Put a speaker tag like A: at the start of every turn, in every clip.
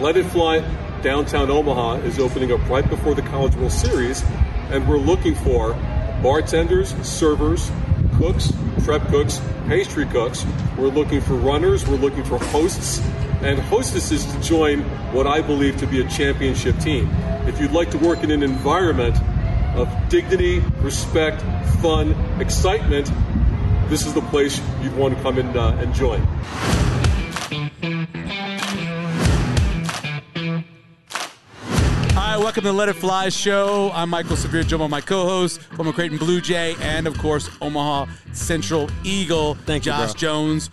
A: Let It Fly Downtown Omaha is opening up right before the College World Series, and we're looking for bartenders, servers, cooks, prep cooks, pastry cooks. We're looking for runners, we're looking for hosts and hostesses to join what I believe to be a championship team. If you'd like to work in an environment of dignity, respect, fun, excitement, this is the place you'd want to come and, uh, and join.
B: Hi, welcome to the Let It Fly show. I'm Michael Severe, Jomo, my co-host, former Creighton Blue Jay, and of course Omaha Central Eagle,
C: Thank you,
B: Josh
C: bro.
B: Jones.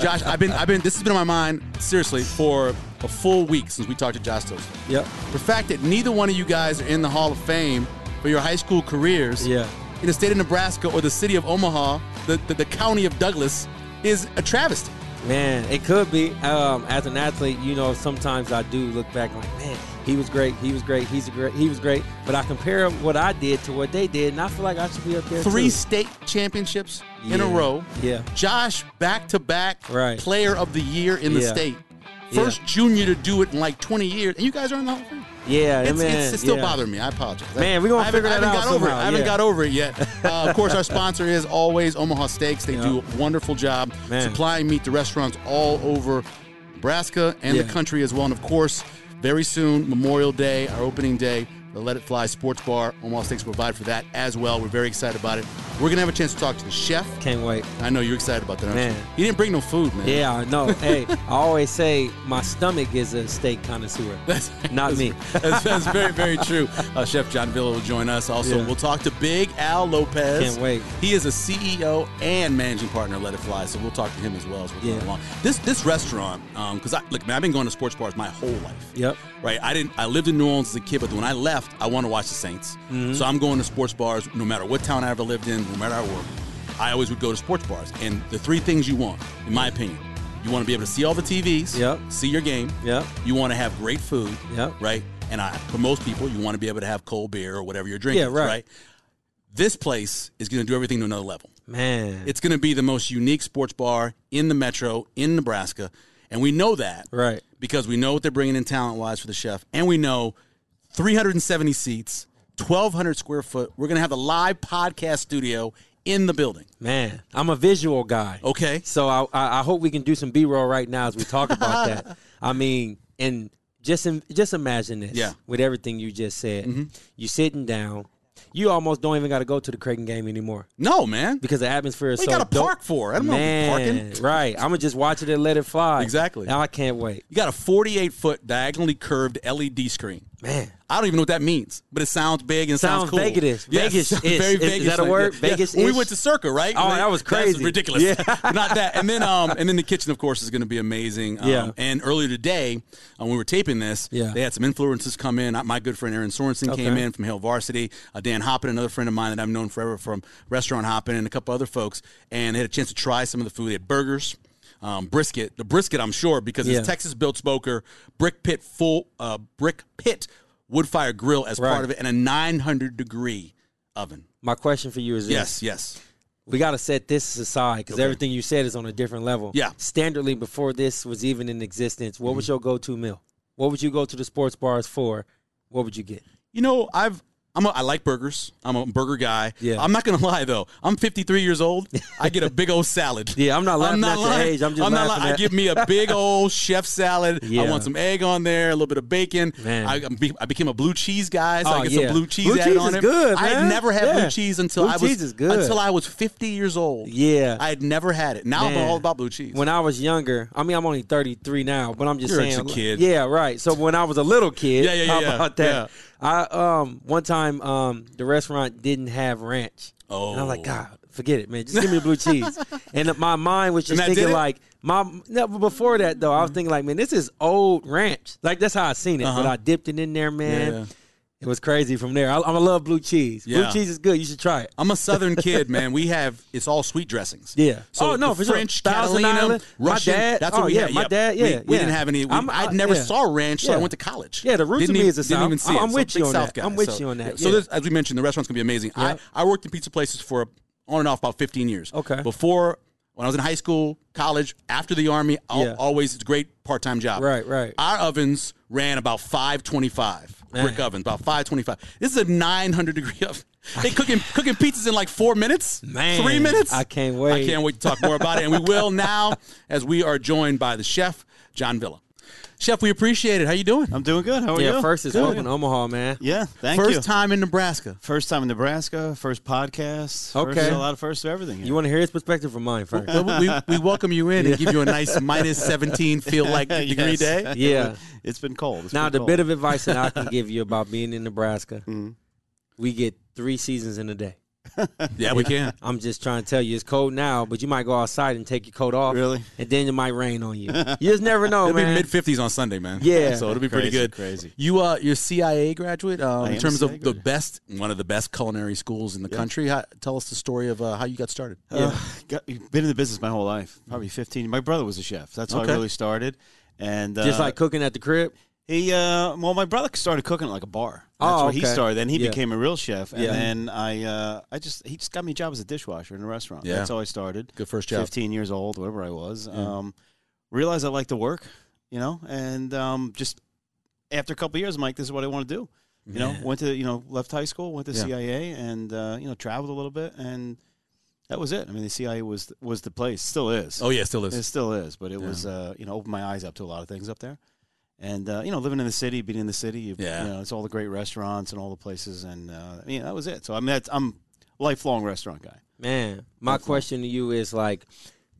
B: Josh, I've been, I've been. This has been on my mind seriously for a full week since we talked to Josh Toast.
C: Yep.
B: The fact that neither one of you guys are in the Hall of Fame for your high school careers,
C: Yeah.
B: in the state of Nebraska or the city of Omaha, the the, the county of Douglas, is a travesty.
C: Man, it could be. Um, as an athlete, you know, sometimes I do look back like, man, he was great, he was great, he's a great, he was great. But I compare what I did to what they did, and I feel like I should be up there.
B: Three
C: too.
B: state championships in a
C: Yeah.
B: row.
C: Yeah.
B: Josh back to back
C: Right.
B: player of the year in the
C: Yeah.
B: state.
C: Yeah.
B: First junior to do it in like 20 years, and you guys are in the Hall of Fame.
C: Yeah,
B: It's,
C: man,
B: it's, it's still
C: yeah.
B: bothering me. I apologize.
C: Man, we gonna
B: I haven't-
C: figure
B: I
C: that
B: haven't
C: out
B: got over it.
C: somehow,
B: I haven't
C: yeah.
B: got over it yet. Uh, of course, our sponsor is always Omaha Steaks. They
C: Yeah.
B: do a wonderful job
C: Man.
B: supplying meat to restaurants all over Nebraska and the
C: Yeah.
B: country as well. And of course, very soon Memorial Day, our opening day. The Let It Fly Sports Bar, Omaha Steaks will provide for that as well. We're very excited about it. We're gonna have a chance to talk to the chef.
C: Can't wait.
B: I know you're excited about that, aren't
C: Man.
B: you? You didn't bring no food, man.
C: Yeah, I know. hey, I always say my stomach is a steak connoisseur.
B: That's,
C: Not me.
B: that's, that's very, very true. Uh, Chef John Villa will join us. Also,
C: Yeah.
B: we'll talk to Big Al Lopez.
C: Can't wait.
B: He is a CEO and managing partner at Let It Fly, so we'll talk to him as well as we're going
C: Yeah.
B: along. This this restaurant, because I look, man, I've been going to sports bars my whole life.
C: Yep.
B: Right. I didn't. I lived in New Orleans as a kid, but when I left, I want to watch the Saints.
C: Mm-hmm.
B: So I'm going to sports bars, no matter what town I ever lived in, no matter where I work. I always would go to sports bars, and the three things you want, in my opinion, you want to be able to see all the TVs,
C: Yep.
B: see your game,
C: Yep.
B: you want to have great food,
C: Yep.
B: right? And I, for most people, you want to be able to have cold beer or whatever you're drinking,
C: Yeah, right.
B: This place is going to do everything to another level.
C: Man.
B: It's going to be the most unique sports bar in the metro in Nebraska, and we know that,
C: Right.
B: Because we know what they're bringing in talent wise for the chef, and we know 370 seats, 1,200 square foot. We're going to have a live podcast studio in the building.
C: Man, I'm a visual guy.
B: Okay.
C: So I, I, I hope we can do some B-roll right now as we talk about that. I mean, and just im- just imagine this.
B: Yeah. Mm-hmm.
C: With everything you just said, you sitting down. You almost don't even got to go to the Creighton game anymore
B: No, man.
C: because the atmosphere is
B: What
C: so.
B: you gotta
C: dope.
B: park for? I don't wanna be
C: Man,
B: parking.
C: Right. I'm gonna just watch it and let it fly.
B: Exactly.
C: Now I can't wait.
B: You got a 48 foot diagonally curved LED screen.
C: Man.
B: I don't even know what that means, but it sounds big and it sounds
C: Sounds
B: cool.
C: Vegas-ish. Vegas-ish. Is- is that a
B: Vegas-like,
C: word?
B: yeah. Yeah.
C: Vegas-ish?
B: We went to Circa, right?
C: Oh,
B: And
C: that was
B: that's
C: crazy.
B: ridiculous.
C: Yeah.
B: Not that. And then, um, and then the kitchen, of course, is going to be amazing. Um,
C: Yeah.
B: And earlier today, um, we were taping this.
C: Yeah.
B: They had some influencers come in. Uh, My good friend Aaron Sorensen came
C: Okay.
B: in from Hale Varsity. Uh, Dan Hoppin, another friend of mine that I've known forever from Restaurant Hoppin, and a couple other folks. And they had a chance to try some of the food. They had burgers. Um, brisket, the brisket, I'm sure, because
C: Yeah.
B: it's Texas-built smoker, brick pit full, uh, brick pit wood fire grill as
C: Right.
B: part of it, and a 900 degree oven.
C: My question for you is this.
B: Yes, yes.
C: we got to set this aside because
B: Okay.
C: everything you said is on a different level.
B: Yeah.
C: Standardly, before this was even in existence, what was your go-to meal? What would you go to the sports bars for? What would you get?
B: You know, I've I'm a, I like burgers. I'm a burger guy.
C: Yeah.
B: I'm not gonna lie though. I'm 53 years old. I get a big old salad.
C: Yeah, I'm not laughing at your age. I'm just
B: not
C: laughing
B: lying. I
C: at-
B: give me a big old chef salad. I
C: Yeah.
B: want some egg on there, a little bit of bacon.
C: Man.
B: I, I'm be- I became a blue cheese guy, so
C: Oh,
B: I get
C: yeah.
B: some blue cheese
C: Blue
B: added
C: cheese
B: on
C: is
B: it.
C: good,
B: I had
C: man.
B: never had blue
C: Yeah.
B: cheese until
C: Blue
B: I was
C: cheese is good.
B: until I was 50 years old.
C: Yeah.
B: I had never had it. Now I'm
C: Man,
B: all about blue cheese.
C: When I was younger, I mean, I'm only 33 now, but I'm just
B: You're
C: saying,
B: just a kid.
C: Yeah, right. So when I was a little kid,
B: Yeah, yeah, yeah,
C: how
B: yeah,
C: about that? I um one time um the restaurant didn't have ranch. and I'm
B: Oh.
C: like, God, forget it, man. Just give me the blue cheese. And my mind was just
B: And that did
C: thinking
B: it?
C: like, my no, but before that though, I was thinking like, man, this is old ranch. Like that's how I seen it. But I dipped it in there, man.
B: Uh-huh. Yeah.
C: It was crazy from there. I, I'm a love blue cheese.
B: Yeah.
C: Blue cheese is good. You should try it.
B: I'm a Southern kid, man. We have it's all sweet dressings.
C: Yeah.
B: So
C: Oh, no,
B: the
C: for sure.
B: French,
C: Thousand
B: Catalina,
C: Island. My
B: Russian.
C: dad-
B: That's what
C: oh,
B: we
C: yeah,
B: had.
C: my dad,
B: We-
C: yeah,
B: we
C: yeah.
B: didn't have any. We,
C: I'm-
B: I
C: I-
B: never
C: yeah.
B: saw ranch, so I
C: Yeah.
B: went to college.
C: Yeah, the root to
B: Didn't
C: me
B: even-
C: is a
B: Didn't
C: South.
B: even see
C: I'm-
B: it.
C: I'm
B: So
C: with
B: big
C: you on
B: South
C: that.
B: guy.
C: I'm with
B: So-
C: you on that,
B: So
C: yeah.
B: this- as we mentioned, the restaurant's gonna be amazing. I
C: Yep.
B: I worked in pizza places for on and off about 15 years.
C: Okay.
B: Before When I was in high school, college, after the army, al-
C: Yeah.
B: always it's a great part time job.
C: Right, right.
B: Our ovens ran about 525 brick
C: Man.
B: ovens, about 525. This is a 900 degree oven. They cooking cooking pizzas in like four minutes,
C: Man,
B: three minutes.
C: I can't
B: I
C: wait.
B: can't wait to talk more about it, and we will now as we are joined by the chef John Villa. Chef, we appreciate it. How you doing?
D: I'm doing
B: Oh,
D: good. How are you?
C: yeah, first is
D: Good.
C: open Omaha, man.
D: Yeah, thank
B: First
D: you.
B: time in Nebraska.
D: first time in Nebraska. First podcast.
C: Okay.
D: First, a lot of firsts of everything. Here.
C: You want to hear his perspective from mine first?
B: Well, we, we welcome you in and give you a nice minus 17 feel like degree
D: Yes.
B: day.
C: Yeah.
D: It's been cold. It's
C: now,
D: been
C: the
D: cold.
C: bit of advice that I can give you about being in Nebraska,
D: Mm-hmm.
C: we get three seasons in a day.
B: Yeah, we can.
C: I'm just trying to tell you, it's cold now, but you might go outside and take your coat off.
D: Really?
C: And then it might rain on you. You just never know,
B: It'll be
C: man.
B: mid 50s on Sunday, man.
C: Yeah.
B: So it'll be pretty
D: Crazy,
B: good.
D: crazy.
B: You uh you're a CIA graduate um,
D: I am
B: in
D: a
B: terms
D: CIA
B: of the
D: graduate.
B: best one of the best culinary schools in the country. How, tell us the story of uh, how you got started.
D: Uh, got- been in the business my whole life. Probably 15. My brother was a chef. That's how
B: Okay.
D: I really started. And uh,
C: just like cooking at the crib.
D: He uh, well, my brother started cooking at like a bar. That's
C: Oh,
D: where he
C: okay.
D: started. Then he
C: Yeah.
D: became a real chef, and
C: Yeah.
D: then I, uh, I just he just got me a job as a dishwasher in a restaurant.
B: Yeah.
D: That's how I started.
B: Good first job.
D: Fifteen years old, whatever I was. Um, realized I liked to work, you know, and um, just after a couple years, I'm like, this is what I want to do. You know, went to you know left high school, went to
B: Yeah.
D: CIA, and uh, you know traveled a little bit, and that was it. I mean, the CIA was was the place, still is.
B: Oh yeah, still is.
D: It still is, but it was uh, you know opened my eyes up to a lot of things up there, and uh, you know living in the city, being in the city, you,
B: Yeah.
D: you know it's all the great restaurants and all the places, and uh, I mean that was it. So I mean that's, I'm a lifelong restaurant guy.
C: Man, my question to you is like,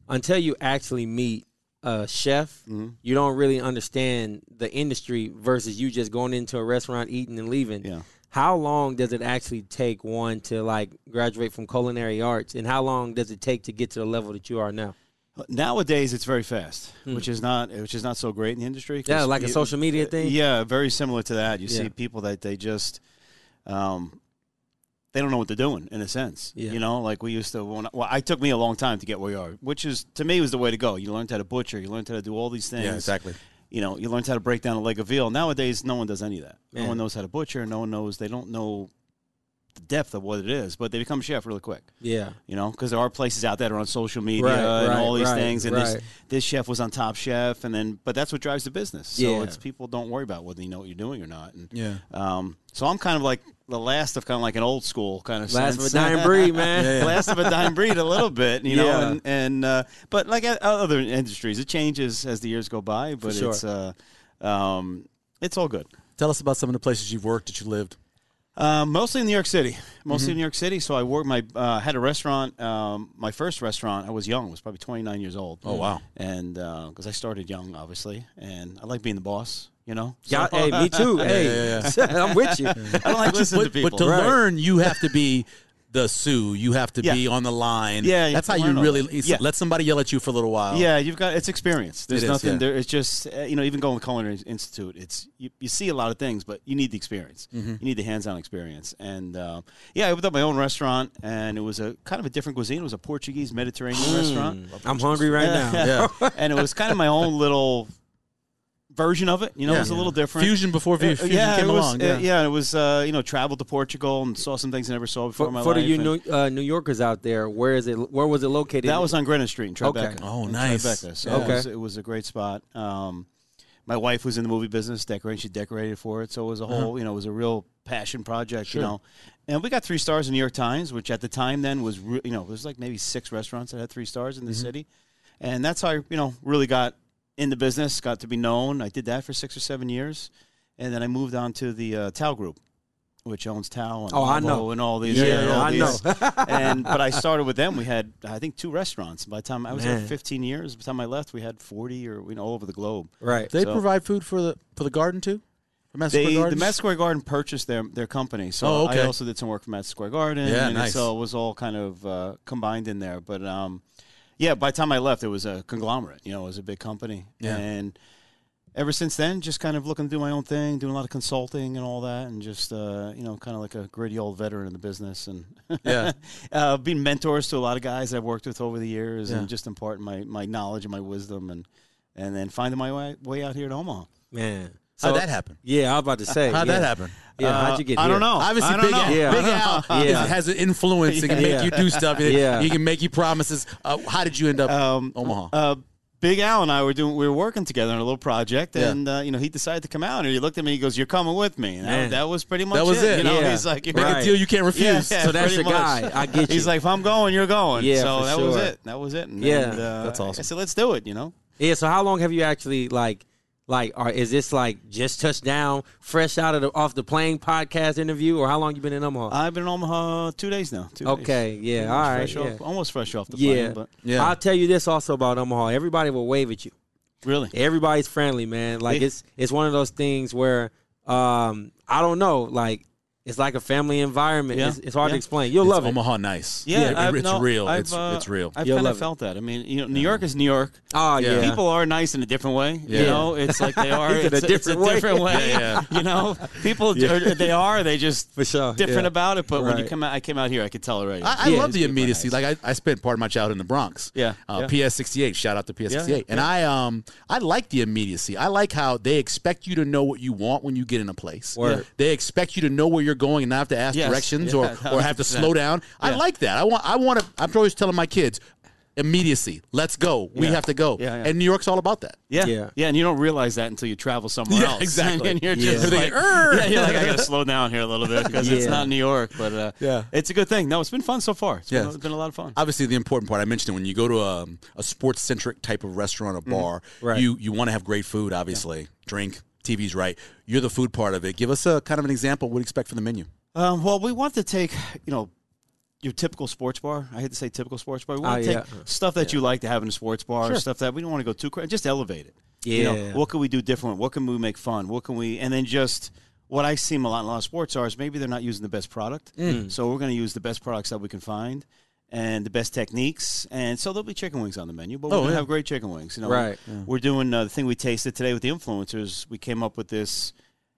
C: until you actually meet a chef,
D: Mm-hmm.
C: you don't really understand the industry versus you just going into a restaurant, eating and leaving.
D: Yeah.
C: How long does it actually take one to like graduate from culinary arts, and how long does it take to get to the level that you are now?
D: Nowadays it's very fast, which is not which is not so great in the industry. 'cause
C: Hmm. Yeah, like a
D: you-
C: social media thing.
D: Yeah, very similar to that. You
C: Yeah.
D: see people that they just, um, they don't know what they're doing in a sense.
C: Yeah.
D: You know, like we used to. When, well, I took me a long time to get where you are, which is to me was the way to go. You learned how to butcher. You learned how to do all these things.
B: Yeah, exactly.
D: You know, you learned how to break down a leg of veal. Nowadays, no one does any of that.
C: Man.
D: No one knows how to butcher. No one knows. They don't know the depth of what it is, but they become chef really quick
C: Yeah.
D: you know, because there are places out there that are on social media
C: Right,
D: and
C: right,
D: all these
C: right,
D: things. And
C: right.
D: this this chef was on Top Chef, and then but that's what drives the business. So
C: Yeah.
D: it's people don't worry about whether you know what you're doing or not. And,
B: Yeah.
D: Um. So I'm kind of like the last of kind of like an old school kind of
C: Last
D: sense.
C: but dying breed, man.
D: last of a dying breed a little bit, you know.
C: Yeah.
D: And and uh, but like at other industries, it changes as the years go by. But
C: sure.
D: it's uh, um, it's all good.
B: Tell us about some of the places you've worked that you lived.
D: Uh, mostly in New York City. Mostly
B: Mm-hmm.
D: in New York City. So I worked my uh, had a restaurant. Um, my first restaurant. I was young. I was probably twenty nine years old.
B: Oh, wow.
D: And because I started young, obviously, and I like being the boss. You know.
C: Y'all,
D: So-
C: hey, me too. hey, I'm with you.
D: I don't like listening
B: but,
D: to people.
B: but to
C: Right.
B: learn, you have to be the Sioux. You have to
D: Yeah.
B: be on the line.
D: Yeah, you
B: that's how
D: have to
B: you
D: learn all
B: really
D: that. Yeah.
B: let somebody yell at you for a little while.
D: yeah, you've got it's experience. There's
B: It is,
D: nothing
B: yeah.
D: there. It's just uh, you know, even going to culinary institute, it's you, you see a lot of things, but you need the experience.
B: Mm-hmm.
D: You need the hands-on experience. And uh, yeah, I opened up my own restaurant, and it was a kind of a different cuisine. It was a Portuguese Mediterranean restaurant.
C: Mm, I'm hungry right now.
D: Yeah. and it was kind of my own little version of it. You know,
B: Yeah.
D: it was a little different.
B: Fusion before
D: Uh,
B: fu- fusion
D: yeah,
B: came
D: it was,
B: along.
D: uh, yeah, it was. Uh, you know, traveled to Portugal and saw some things I never saw before
C: For,
D: in my
C: for
D: life.
C: the you
D: and
C: New, uh, New Yorkers out there, where is it? Where was it located?
D: that was on Greenwich Street in Tribeca.
C: Okay.
B: Oh,
D: in
B: nice.
D: Tribeca. So
C: Okay.
D: it, was, it was a great spot. Um, my wife was in the movie business, decorating. She decorated for it, so it was a
C: Uh-huh.
D: whole. You know, it was a real passion project. You know, and we got three stars in New York Times, which at the time then was re- you know there's like maybe six restaurants that had three stars in the
C: Mm-hmm.
D: city, and that's how I, you know really got in the business, got to be known. I did that for six or seven years, and then I moved on to the uh, Tao Group. Which owns Tao and
C: Oh, I
D: Avo
C: know.
D: and all these.
C: Yeah,
D: and all
C: Oh, I
D: these-
C: know.
D: and but I started with them. We had I think two restaurants. By the time I was there
C: Man. 15
D: 15 years, by the time I left, we had 40 or you know all over the globe.
C: right.
B: They
D: So-
B: provide food for the for the garden too. For Madison
D: They,
B: Square
D: the
B: Garden?
D: Met Square Garden purchased their their company, so
B: Oh, okay.
D: I also did some work for Met Square Garden.
B: Yeah,
D: and
B: nice.
D: So it was all kind of uh, combined in there. But um, yeah, by the time I left, it was a conglomerate. You know, it was a big company.
B: Yeah.
D: And ever since then, just kind of looking to do my own thing, doing a lot of consulting and all that, and just uh, you know, kind of like a gritty old veteran in the business, and
B: Yeah.
D: uh, being mentors to a lot of guys that I've worked with over the years,
B: Yeah.
D: and just imparting my my knowledge and my wisdom, and and then finding my way way out here to Omaha.
C: Man.
B: How'd that happen?
C: Yeah, I was about to say.
B: How'd
C: yeah.
B: that happen?
C: Yeah,
D: Uh,
C: how'd you get
D: I
C: here?
D: don't know.
B: Obviously,
D: I don't
B: Big
D: know.
B: Al,
C: Yeah.
B: Big Al
C: Yeah.
B: is- has an influence that can make
C: Yeah.
B: you do stuff.
C: Yeah.
B: He can make you promises. Uh, how did you end up
D: Um,
B: Omaha?
D: Uh, Big Al and I were doing we were working together on a little project,
B: Yeah.
D: and uh, you know he decided to come out, and he looked at me. He goes, "You're coming with me." And I,
C: Man.
D: that was pretty much
B: That was it.
D: You know,
C: Yeah.
D: he's like,
B: make
C: Right.
B: a deal you can't
D: Yeah,
B: refuse.
D: yeah,
C: So that's
D: pretty
C: the guy. I get
D: He's
C: you.
D: like, if I'm going, you're going.
C: Yeah,
D: so
C: for
D: that was
C: sure.
D: it. That was it. And,
C: Yeah.
D: and, uh,
B: That's awesome.
D: I said, let's do it. You know,
C: Yeah. So how long have you actually like, like, or is this like just touched down, fresh out of the off the plane podcast interview, or how long you been in Omaha?
D: I've been in Omaha two days now. Two days.
C: Okay, yeah, all right,
D: fresh
C: yeah.
D: off, almost fresh off the plane,
C: yeah.
D: but
B: Yeah.
C: I'll tell you this also about Omaha. Everybody will wave at you.
D: really,
C: Everybody's friendly, man. Like
D: Yeah.
C: it's it's one of those things where um I don't know, like it's like a family environment.
D: Yeah,
C: It's, it's hard
D: yeah.
C: to explain. You'll
B: It's
C: love
B: Omaha nice.
D: yeah,
B: It-
D: I've-
B: it's
D: no,
B: real.
D: I've,
B: it's
D: uh,
B: it's real.
D: I've
C: You'll
D: kind
C: love
D: of
C: it.
D: felt that. I mean, you know, New York is New York.
C: it. Oh yeah.
B: Yeah.
D: People are nice in a different way,
B: Yeah.
D: you know. It's like they are
C: It's in a
D: it's
C: different
D: it's
C: way.
D: a different way,
B: Yeah,
D: you know. People are, they are they just
C: For sure,
D: different
C: yeah.
D: about it. But when you
C: Right.
D: come out, I came out here, I could tell already.
B: I, I
C: Yeah,
B: love
C: it's
B: the immediacy. Like I, I spent part of my childhood in the Bronx.
D: Yeah,
B: Uh,
D: yeah.
B: PS sixty eight. Shout out to PS
D: Yeah,
B: sixty eight. And I um I like the immediacy. I like how they expect you to know what you want when you get in a place.
C: Word. Yeah.
B: They expect you to know where you're going and not have to ask
D: Yes.
B: directions
D: Yeah,
B: or, or have to
D: 100%.
B: slow down. I
D: Yeah.
B: like that. I want I want to I'm always telling my kids immediacy. Let's go. We
D: Yeah.
B: have to go.
D: Yeah, yeah.
B: And New York's all about that.
D: Yeah.
C: Yeah.
D: yeah, and you don't realize that until you travel somewhere
B: Yeah,
D: else.
B: exactly.
D: and you're
B: Yeah. They're
D: just like,
B: thinking, "Err."
D: yeah, you're like, I gotta slow down here a little bit because it's
C: Yeah.
D: not New York, but uh,
B: Yeah.
D: it's a good thing. No, it's been fun so far. It's been,
B: Yeah.
D: it's been a lot of fun.
B: obviously the important part I mentioned it when you go to a, a sports centric type of restaurant or
D: Mm-hmm.
B: bar,
C: Right.
B: you you want to have great food, obviously, drink. TV's right. You're the food part of it. Give us a kind of an example. What do you expect from the menu?
D: Um, well, we want to take, you know, your typical sports bar. I hate to say typical sports bar. We want
C: Oh,
D: to
C: yeah.
D: take stuff that you like to have in a sports bar, stuff that we don't want to go too crazy. Just elevate it. You know,
C: Yeah.
D: what can we do different? What can we make fun? What can we, and then just what I see a lot in a lot of sports are is maybe they're not using the best product.
C: Mm.
D: So we're going to use the best products that we can find and the best techniques. And so there'll be chicken wings on the menu, but we're going to have great chicken wings. You know,
C: Oh, Right.
D: We're doing uh, the thing we tasted today with the influencers. We came up with this.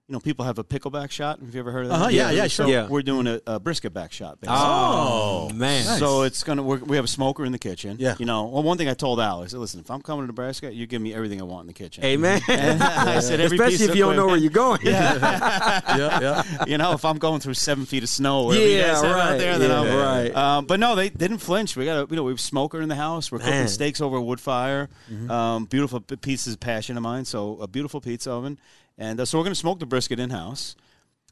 D: You know, people have a pickleback shot. Have you ever heard of that?
B: Uh-huh, yeah, yeah,
D: So
B: sure.
C: Yeah.
D: we're doing a, a brisket back shot. Basically.
C: Oh, man.
D: So it's gonna. We're, we have a smoker in the kitchen.
B: Yeah.
D: You know. Well, one thing I told Al, I said, "Listen, if I'm coming to Nebraska, you give me everything I want in the kitchen."
C: Amen.
D: And I said, every piece
C: Especially
D: of
C: if you don't know where
D: equipment.
C: you're going.
B: yeah, yeah.
D: you know, if I'm going through seven feet of snow, or whatever you
C: Yeah,
D: guys have
C: right,
D: out there, then
C: yeah,
D: I'm
C: right.
D: Um, but no, they didn't flinch. We got a, you know, we have smoker in the house. We're
C: Man. Mm-hmm.
D: cooking steaks over a wood fire. Um, beautiful p- pieces of passion of mine. So a beautiful pizza oven, and uh, so we're going to smoke the brisket in house.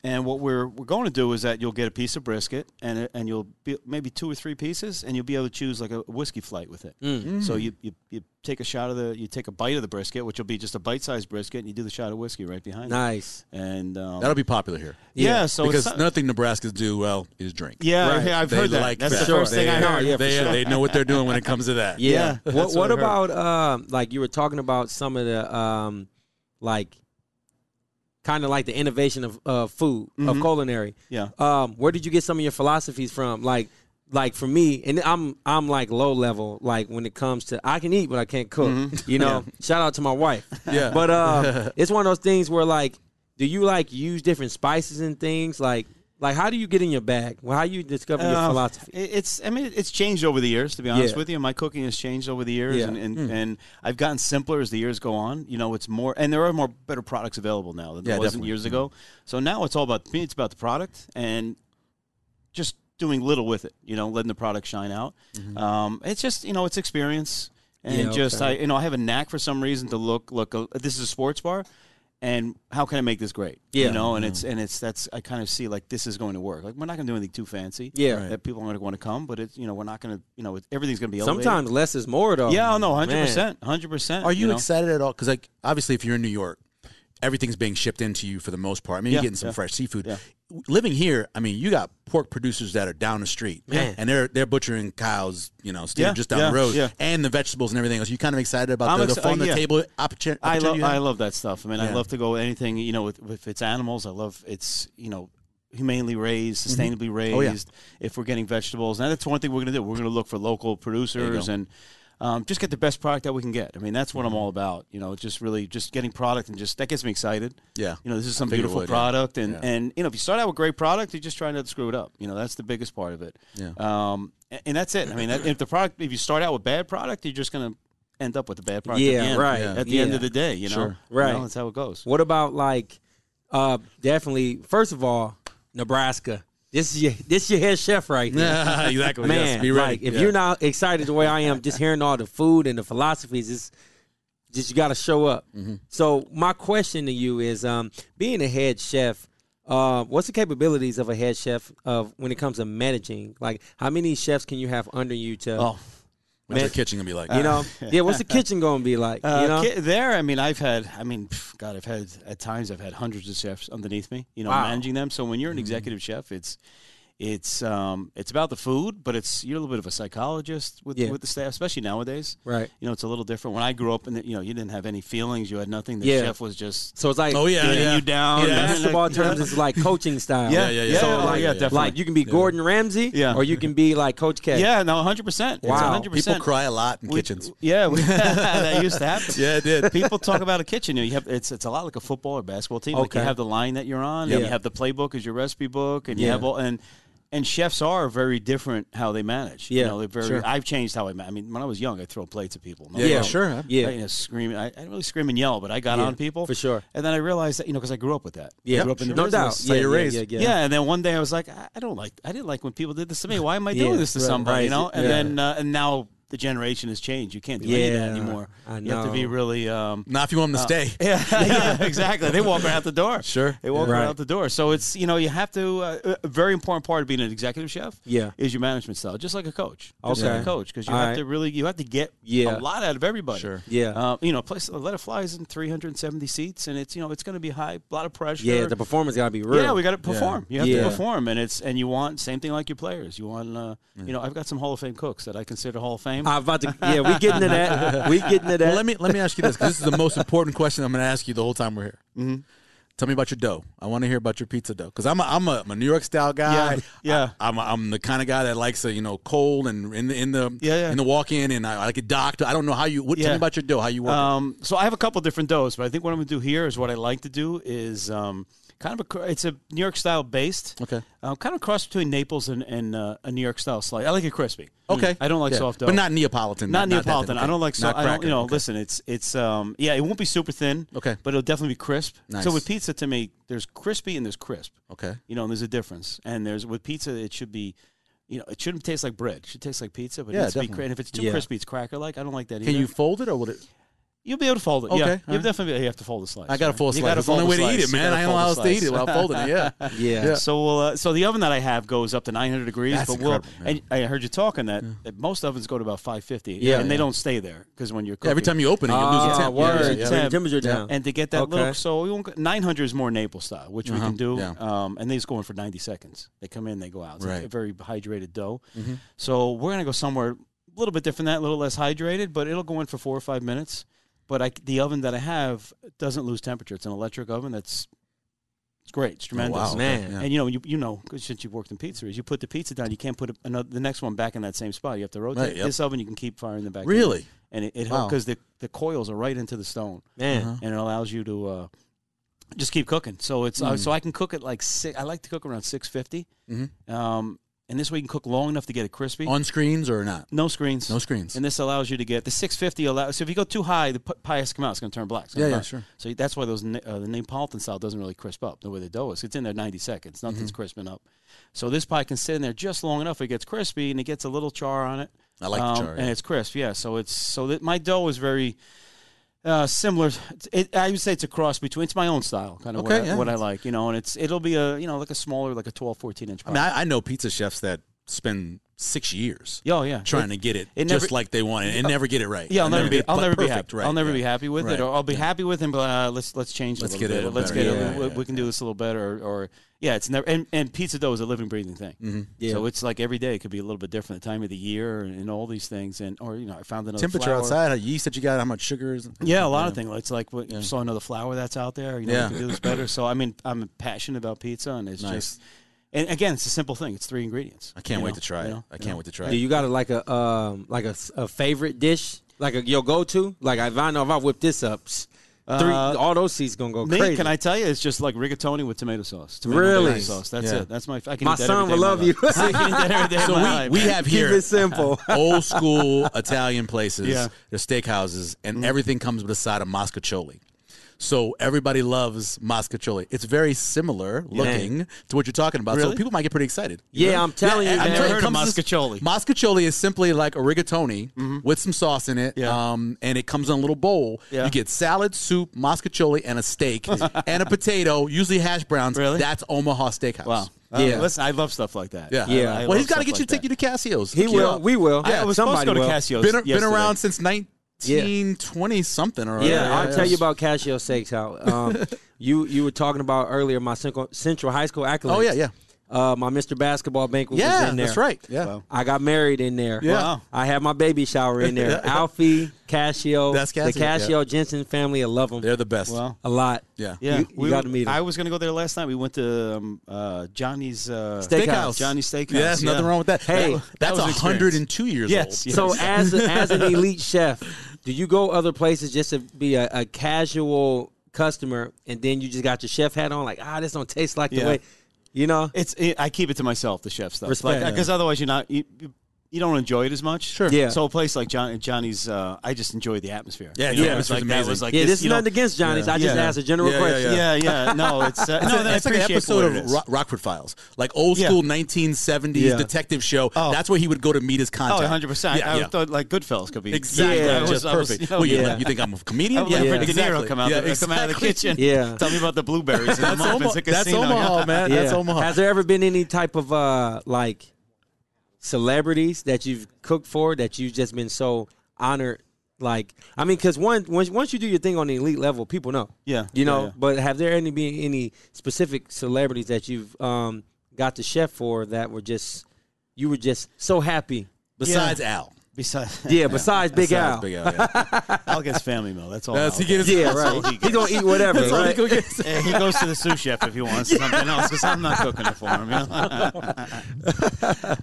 D: And what we're we're going to do is that you'll get a piece of brisket, and uh, and you'll be maybe two or three pieces, and you'll be able to choose like a whiskey flight with it.
C: Mm.
D: So you, you you take a shot of the you take a bite of the brisket, which will be just a bite sized brisket, and you do the shot of whiskey right behind. it.
C: Nice.
D: And um,
B: That'll be popular here.
D: yeah,
C: Yeah,
D: so
B: because
D: it's not-
B: nothing Nebraska's do well is drink.
D: yeah,
C: Right.
D: I've
B: They
D: heard that.
B: like
D: That's
B: that.
D: the
C: Sure.
D: first thing I
B: They-
D: heard.
C: yeah, for
B: they, uh,
C: sure.
B: they know what they're doing when it comes to that.
C: Yeah.
D: Yeah,
C: What What
D: that's what I heard.
C: about um like you were talking about some of the um like kind of like the innovation of uh, food of culinary.
D: Mm-hmm. Yeah.
C: Um, where did you get some of your philosophies from? Like like for me, and I'm I'm like low level. Like when it comes to I can eat, but I can't cook.
D: Mm-hmm.
C: You know. Shout out to my wife.
B: Yeah.
C: But um, it's one of those things where like, do you like use different spices and things like? Like, how do you get in your bag? Well, how you discover your
D: Uh,
C: philosophy?
D: it- It's I mean it's changed over the years. To be honest
C: Yeah.
D: with you, my cooking has changed over the years,
C: Yeah. Hmm.
D: and and, and I've gotten simpler as the years go on. You know, it's more and there are more better products available now than
B: Yeah,
D: there wasn't
B: definitely.
C: Hmm.
D: years ago. So now it's all about to me. It's about the product and just doing little with it. You know, letting the product shine out. Um, it's just you know it's experience and
C: Mm-hmm. Yeah,
D: just
C: okay.
D: I you know I have a knack for some reason to look look. Uh, this is a sports bar. And how can I make this great?
C: Yeah. Mm-hmm.
D: You know, and it's and it's that's I kind of see like this is going to work. Like we're not going to do anything too fancy
C: Yeah. Right.
D: that people are going to want to come, but it's you know we're not going to you know it, everything's going to be elevated.
C: Sometimes less is more, though.
D: Yeah, oh, no, hundred
C: Man.
D: percent, hundred percent.
B: Are you,
D: know?
B: excited at all? Because like obviously, if you're in New York, everything's being shipped into you for the most part. I mean, you're
D: Yeah,
B: getting some
D: yeah,
B: fresh seafood.
D: yeah.
B: Living here, I mean, you got pork producers that are down the street,
C: Man.
B: and they're they're butchering cows, you know, still
D: Yeah,
B: just down
D: yeah,
B: the road,
D: yeah.
B: and the vegetables and everything else. You kind of excited about
D: I'm
B: the, the
D: exci-
B: fun,
D: uh,
B: the
D: yeah.
B: table opportu- opportunity.
D: I love
B: you
D: I
B: have?
D: love that stuff. I mean,
B: Yeah.
D: I love to go with anything you know with if it's animals. I love it's you know humanely raised, sustainably
B: Mm-hmm. Oh, yeah.
D: raised. If we're getting vegetables, and that's one thing we're going to do. We're going to look for local producers and. Um, just get the best product that we can get. I mean, that's
B: Mm-hmm.
D: what I'm all about. You know, just really just getting product and just that gets me excited.
B: Yeah.
D: You know, this is some
B: figured it
D: beautiful
B: would, yeah.
D: product, and
B: Yeah.
D: and you know, if you start out with great product, you're just trying not to screw it up. You know, that's the biggest part of it.
B: Yeah.
D: Um, a- and that's it. I mean, that, if the product, if you start out with bad product, you're just going to end up with a bad product. at the
C: Yeah,
D: end.
C: right.
D: At the end
C: Yeah.
D: of the day, you know,
C: Right.
D: You know, that's how it goes.
C: What about like Uh, definitely. First of all, Nebraska. This is your this your head chef right here.
B: Yeah, exactly.
C: Man,
B: yes, be ready.
C: like if
B: Yeah.
C: you're not excited the way I am, just hearing all the food and the philosophies, it's just you got to show up.
B: Mm-hmm.
C: So my question to you is, um, being a head chef, uh, what's the capabilities of a head chef of when it comes to managing? Like, how many chefs can you have under you to,
D: Oh,
B: what's
C: man-
B: the kitchen gonna be like?
C: you know, yeah, what's the kitchen going to be like?
D: Uh,
C: you know,
D: ki- there, I mean, I've had, I mean, pff, God, I've had at times I've had hundreds of chefs underneath me, you know,
C: Wow. Mm-hmm.
D: managing them. So when you're an executive chef, it's it's um it's about the food, but it's you're a little bit of a psychologist with
C: Yeah.
D: with the staff, especially nowadays.
C: Right.
D: You know, it's a little different. When I grew up, in the, you know, you didn't have any feelings. You had nothing. The
C: Yeah.
D: chef was just
C: so it's like,
B: Oh yeah,
D: beating
B: yeah.
D: you down.
B: Yeah.
D: And-
C: basketball terms, it's like coaching style.
B: yeah,
D: yeah, yeah,
B: yeah.
D: yeah.
B: So,
D: Oh,
C: like,
D: yeah, definitely.
C: like you can be Gordon Ramsay,
D: Yeah.
C: or you can be like Coach K.
D: yeah, no, hundred percent.
C: Wow.
D: hundred
B: People
D: percent.
B: cry a lot in kitchens.
D: Yeah, we, that used to happen.
B: Yeah, it did.
D: people talk about a kitchen. You, know, you have it's it's a lot like a football or basketball team. Like you
C: Okay.
D: have the line that you're on, and
C: Yeah.
D: you have the playbook as your recipe book, and you
C: Yeah.
D: have all and and chefs are very different how they manage.
C: Yeah,
D: you know, they're very.
C: sure.
D: I've changed how I. ma- I mean, when I was young, I throw plates at people. No
B: Yeah, yeah,
D: problem.
B: sure.
C: Yeah.
D: I, you know, scream. I, I didn't really scream and yell, but I got
C: Yeah,
D: on people
C: for sure.
D: And then I realized that you know because I grew up with that.
C: Yeah,
D: I grew up in the
C: no doubt.
D: business.
B: how
C: yeah,
B: you're
C: yeah,
B: raised.
C: yeah, yeah.
D: Yeah. and then one day I was like, I I don't like, I didn't like when people did this to me. Why am I
C: Yeah,
D: doing this to
C: right,
D: somebody?
C: right.
D: You know, and
C: Yeah.
D: then uh, and now the generation has changed. You can't do any of that
C: Yeah,
D: anymore.
C: I
D: You have to be
C: know.
D: really. Um,
B: Not if you want them to stay.
D: yeah, yeah, exactly. They walk right out the door.
B: Sure.
D: they walk
C: Right.
D: right out the door. So it's you know you have to. Uh, a very important part of being an executive chef.
C: Yeah.
D: is your management style, just like a coach. Just
C: Okay.
D: like a coach, because you
C: All
D: have
C: right.
D: to really you have to get
C: Yeah.
D: a lot out of everybody.
B: Sure.
C: Yeah.
D: Uh, you know, a place Let It Fly is in 370 seats, and it's you know it's going to be high, a lot of pressure.
C: Yeah, the performance got to be real.
D: Yeah, we got to perform. You have
C: Yeah.
D: to perform, and it's and you want same thing like your players. You want, uh, you know, I've got some Hall of Fame cooks that I consider Hall of Fame.
C: I'm about to. Yeah, we getting to that. We getting to that.
B: Well, let me let me ask you this because this is the most important question I'm going to ask you the whole time we're here. Mm-hmm. Tell me about your dough. I want to hear about your pizza dough because I'm a, I'm, a, I'm a New York style guy.
D: Yeah, yeah.
B: I, am I'm the kind of guy that likes a you know cold and in the in the
D: Yeah, yeah.
B: in the walk in and I, I like it docked. I don't know how you. What, Tell
D: Yeah.
B: me about your dough. How you work. it.
D: Um, so I have a couple different doughs, but I think what I'm going to do here is what I like to do is um, kind of a cr- it's a New York style based.
B: Okay.
D: Uh, kind of a cross between Naples and, and uh, a New York style slice. I like it crispy.
B: Mm. okay,
D: I don't like
B: Yeah.
D: soft dough,
B: but not Neapolitan. that
D: Not
B: thing,
D: Neapolitan.
B: okay.
D: I don't like so.
B: Not
D: I don't,
B: cracker,
D: you know,
B: okay.
D: listen. It's it's um yeah. It won't be super thin.
B: Okay.
D: But it'll definitely be crisp.
B: Nice.
D: So with pizza, to me, there's crispy and there's crisp.
B: Okay.
D: You know, and there's a difference. And there's with pizza, it should be, you know, it shouldn't taste like bread. It should taste like pizza, but
B: Yeah,
D: it needs to be
B: definitely.
D: cra- And if it's too
C: Yeah.
D: crispy, it's cracker like. I don't like that either.
B: Can you fold it or would it?
D: You'll be able to fold it.
B: Okay,
D: yeah,
B: all
D: you
B: right.
D: definitely you have to fold the slice.
B: I got a
D: right?
B: full
D: You
B: slice.
D: gotta
B: It's the only
D: fold
B: way
D: the
B: to eat
D: slice.
B: it,
D: You
B: man.
D: gotta
B: I don't know how
D: fold
B: else
D: the
B: to eat it
D: slice.
B: without folding it. Yeah.
C: yeah.
B: Yeah.
D: So we'll, uh, so the oven that I have goes up to 900 degrees,
B: That's
D: but we'll.
B: incredible, man.
D: And I heard you talking that, that most ovens go to about 550.
C: Yeah.
D: and they don't stay there because when you're cooking,
B: Every time you open it, you lose
D: Uh,
C: Ah,
B: a temp. Yeah,
C: word.
B: yeah, yeah.
C: Bring the temperature down.
D: and to get that
C: Okay.
D: little, so we won't. go- 900 is more Naples style, which we can do.
B: Uh-huh. yeah.
D: Um, and they just go in for 90 seconds. They come in, they go out. It's
B: Right. Mm-hmm.
D: a very hydrated dough. So we're gonna go somewhere a little bit different, than that a little less hydrated, but it'll go in for four or five minutes. But I, the oven that I have doesn't lose temperature. It's an electric oven. That's it's great. It's tremendous.
B: Oh, wow.
C: Man.
B: Yeah.
D: And you know, you you know, 'cause since you've worked in pizzerias, you put the pizza down, you can't put another the next one back in that same spot. You have to rotate
B: Right, yep.
D: this oven. You can keep firing the back. in.
B: Really?
D: And it, it
B: Wow.
D: helps because the the coils are right into the stone,
C: Man,
D: and it allows you to uh, just keep cooking. So it's
B: Hmm.
D: uh, so I can cook it like six. I like to cook around six Um, and this way you can cook long enough to get it crispy.
B: On screens or not?
D: no screens.
B: No screens.
D: And this allows you to get the 650 allows. So if you go too high, the p- pie has to come out. It's going to turn black. It's gonna
B: Yeah, yeah,
D: burn.
B: sure.
D: So that's why those Ne- uh, the Neapolitan style doesn't really crisp up the way the dough is. It's in there 90 seconds. Nothing's
B: Mm-hmm.
D: crisping up. So this pie can sit in there just long enough. It gets crispy and it gets a little char on it.
B: I
D: Um,
B: like the char,
D: and
B: yeah.
D: it's crisp. Yeah. So it's so that my dough is very. Uh, similar, it, I would say it's a cross between. It's my own style, kind of
B: Okay,
D: what, I,
B: yeah.
D: what I like, you know. And it's it'll be a you know like a smaller, like a 12, 14 inch.
B: I mean, I, I know pizza chefs that spend six years
D: oh yeah,
B: trying to get it,
D: it
B: just
D: never-
B: like they want it and never get it right.
D: Yeah, I'll
B: And
D: never
B: then
D: be.
B: it's
D: I'll
B: per-
D: never be
B: perfect,
D: happy.
B: right,
D: I'll never
B: yeah.
D: be happy with
B: Right.
D: it, or I'll be happy with it. But uh, let's let's change.
B: Let's
D: it a
B: get
D: little
B: it a little
D: bit. Let's
B: better.
D: get
B: Yeah,
D: it.
B: yeah,
D: we,
B: yeah,
D: we can do this a little better, or, or yeah, it's never. And, and pizza dough is a living, breathing thing.
B: Mm-hmm.
D: So it's like every day it could be a little bit different. The time of the year and, and all these things, and or you know, I found another
B: Temperature
D: flour.
B: outside, how yeast that you got, how much sugar is.
D: Yeah, a lot of things. It's like what, you saw another flour that's out there. You know,
B: Yeah.
D: we can do this better. So I mean, I'm passionate about pizza, and it's
B: Nice.
D: just. And again, it's a simple thing. It's three ingredients.
B: I can't
D: you
B: wait
D: know,
B: to try
D: you
B: it.
D: know,
B: I
D: you
B: can't
D: know.
B: wait to try
C: do
B: it.
C: you got a, like a um like a, s- a favorite dish, like a your go to? Like if I know if I whip this up, psh, three
D: Uh,
C: all those seats gonna go
D: Me,
C: crazy.
D: can I tell you? It's just like rigatoni with tomato sauce. Tomato
C: Really?
D: tomato sauce. That's
B: Yeah.
D: it. That's my. I can
C: my
D: eat that
C: son
D: every day
C: will
D: of my
C: love
D: life.
C: you.
D: I can eat that every day of my
B: So we,
D: life.
B: we have
C: Keep
B: here
C: it simple.
B: old school Italian places,
D: Yeah. Mm.
B: the steakhouses, and everything comes with a side of moscacholi. So everybody loves mascacholi. It's very similar looking to what you're talking about. So
D: Really?
B: people might get pretty excited.
C: Yeah, I'm telling you,
B: I'm
C: man.
B: telling
D: Never
B: it
D: heard of
B: comes in-
D: mascacholi.
B: Mascacholi is simply like a rigatoni with some sauce in it,
D: Mm-hmm. Yeah.
B: um, and it comes in a little bowl.
D: Yeah.
B: You get salad, soup, mascacholi, and a steak, and a potato, usually hash browns.
D: Really?
B: That's Omaha Steakhouse.
D: Wow.
C: Yeah.
D: Uh, listen, I love stuff like that.
B: Yeah.
C: Yeah.
B: well, he's
D: got to
B: get you to take you to Casio's.
C: He will. We will.
D: Yeah, I was supposed to go to
C: will.
D: Casio's.
B: Been, been
D: yesterday.
B: around since 1920 something or
C: Oh, Yeah,
B: other.
C: I'll tell you about Casio Steaks House. Um, you you were talking about earlier my central, central high school accolades.
B: Oh, yeah, yeah.
C: Uh, my Mr. Basketball banquet was
B: Yeah,
C: in there.
B: that's right. Yeah.
D: Wow.
C: I got married in there.
B: Yeah.
D: Wow.
C: I had my baby shower in there. Alfie, Casio,
B: That's
C: the
B: Casio, yeah.
C: Casio Jensen family. I love them
B: They're the best.
D: Wow.
C: a lot.
B: Yeah.
D: Yeah,
C: You- you
D: we
C: gotta meet him.
D: I was going to go there last night. We went to um, uh, Johnny's uh,
C: Steakhouse.
D: Johnny's Steakhouse.
B: Yeah, there's nothing
D: Yeah.
B: wrong with that.
C: Hey,
B: That-
D: that
B: that's
D: was an experience.
B: 102 years
D: Yes,
B: old.
D: yes.
C: So as as an elite chef, do you go other places just to be a, a casual customer, and then you just got your chef hat on, like ah, this don't taste like the
D: Yeah.
C: way, you know?
D: It's it, I keep it to myself, the chef stuff,
C: Respect.
D: because otherwise you're not you, you- you don't enjoy it as much. Sure.
C: Yeah.
D: So a place like John, Johnny's, uh, I just enjoy the atmosphere.
B: Yeah,
D: You
B: the
D: know,
B: atmosphere's
D: it's like that
B: amazing.
D: was like
C: yeah, this
D: you
C: is
D: know-
C: nothing against Johnny's. I just
D: Yeah.
C: asked a general
B: Yeah, yeah,
C: question.
D: Yeah, yeah. No, it's uh,
B: It's,
D: no.
B: a-
D: I
B: it's like an
D: appreciate for
B: episode
D: what it
B: of
D: is. Oh,
B: Ro- Rockford Files, like old
D: Yeah.
B: school 1970s
C: Yeah.
B: detective show.
D: Oh.
B: That's where he would go to meet his
D: Oh,
B: contact.
D: 100 percent.
B: Yeah,
D: I
B: yeah.
D: thought like Goodfellas could be
B: Exactly.
C: Yeah,
D: I
B: just
D: was- I was,
B: perfect.
D: you know,
B: well, you,
C: yeah.
B: you think I'm a comedian?
D: I would like
C: Yeah.
D: for De Niro
B: exactly.
D: come out,
B: Yeah,
D: of the- come out of the
B: exactly.
D: kitchen.
C: Yeah.
D: Tell me about the blueberries. and the
B: That's, Omaha,
D: muffins at
B: that's
D: casino.
B: Omaha, man.
C: Yeah.
B: That's Omaha.
C: Has there ever been any type of uh like celebrities that you've cooked for that you've just been so honored? Like, I mean, because once once you do your thing on the elite level, people know.
D: Yeah,
C: you know.
D: yeah, yeah.
C: But have there any been any specific celebrities that you've um got the chef for that were just you were just so happy?
B: Besides Al.
D: Besides,
C: Yeah, besides Big
B: Besides
C: Al.
B: Big Al, yeah.
D: Al gets family meal. That's all.
B: That's-
D: Al
B: he gets-
D: gets.
C: Yeah,
D: That's all
C: right.
D: he
C: He,
D: gets.
C: gonna eat whatever.
B: That's all he
C: right?
B: go gets.
D: Eh, he goes to the sous chef if he wants something else because I'm not cooking it for him. You know,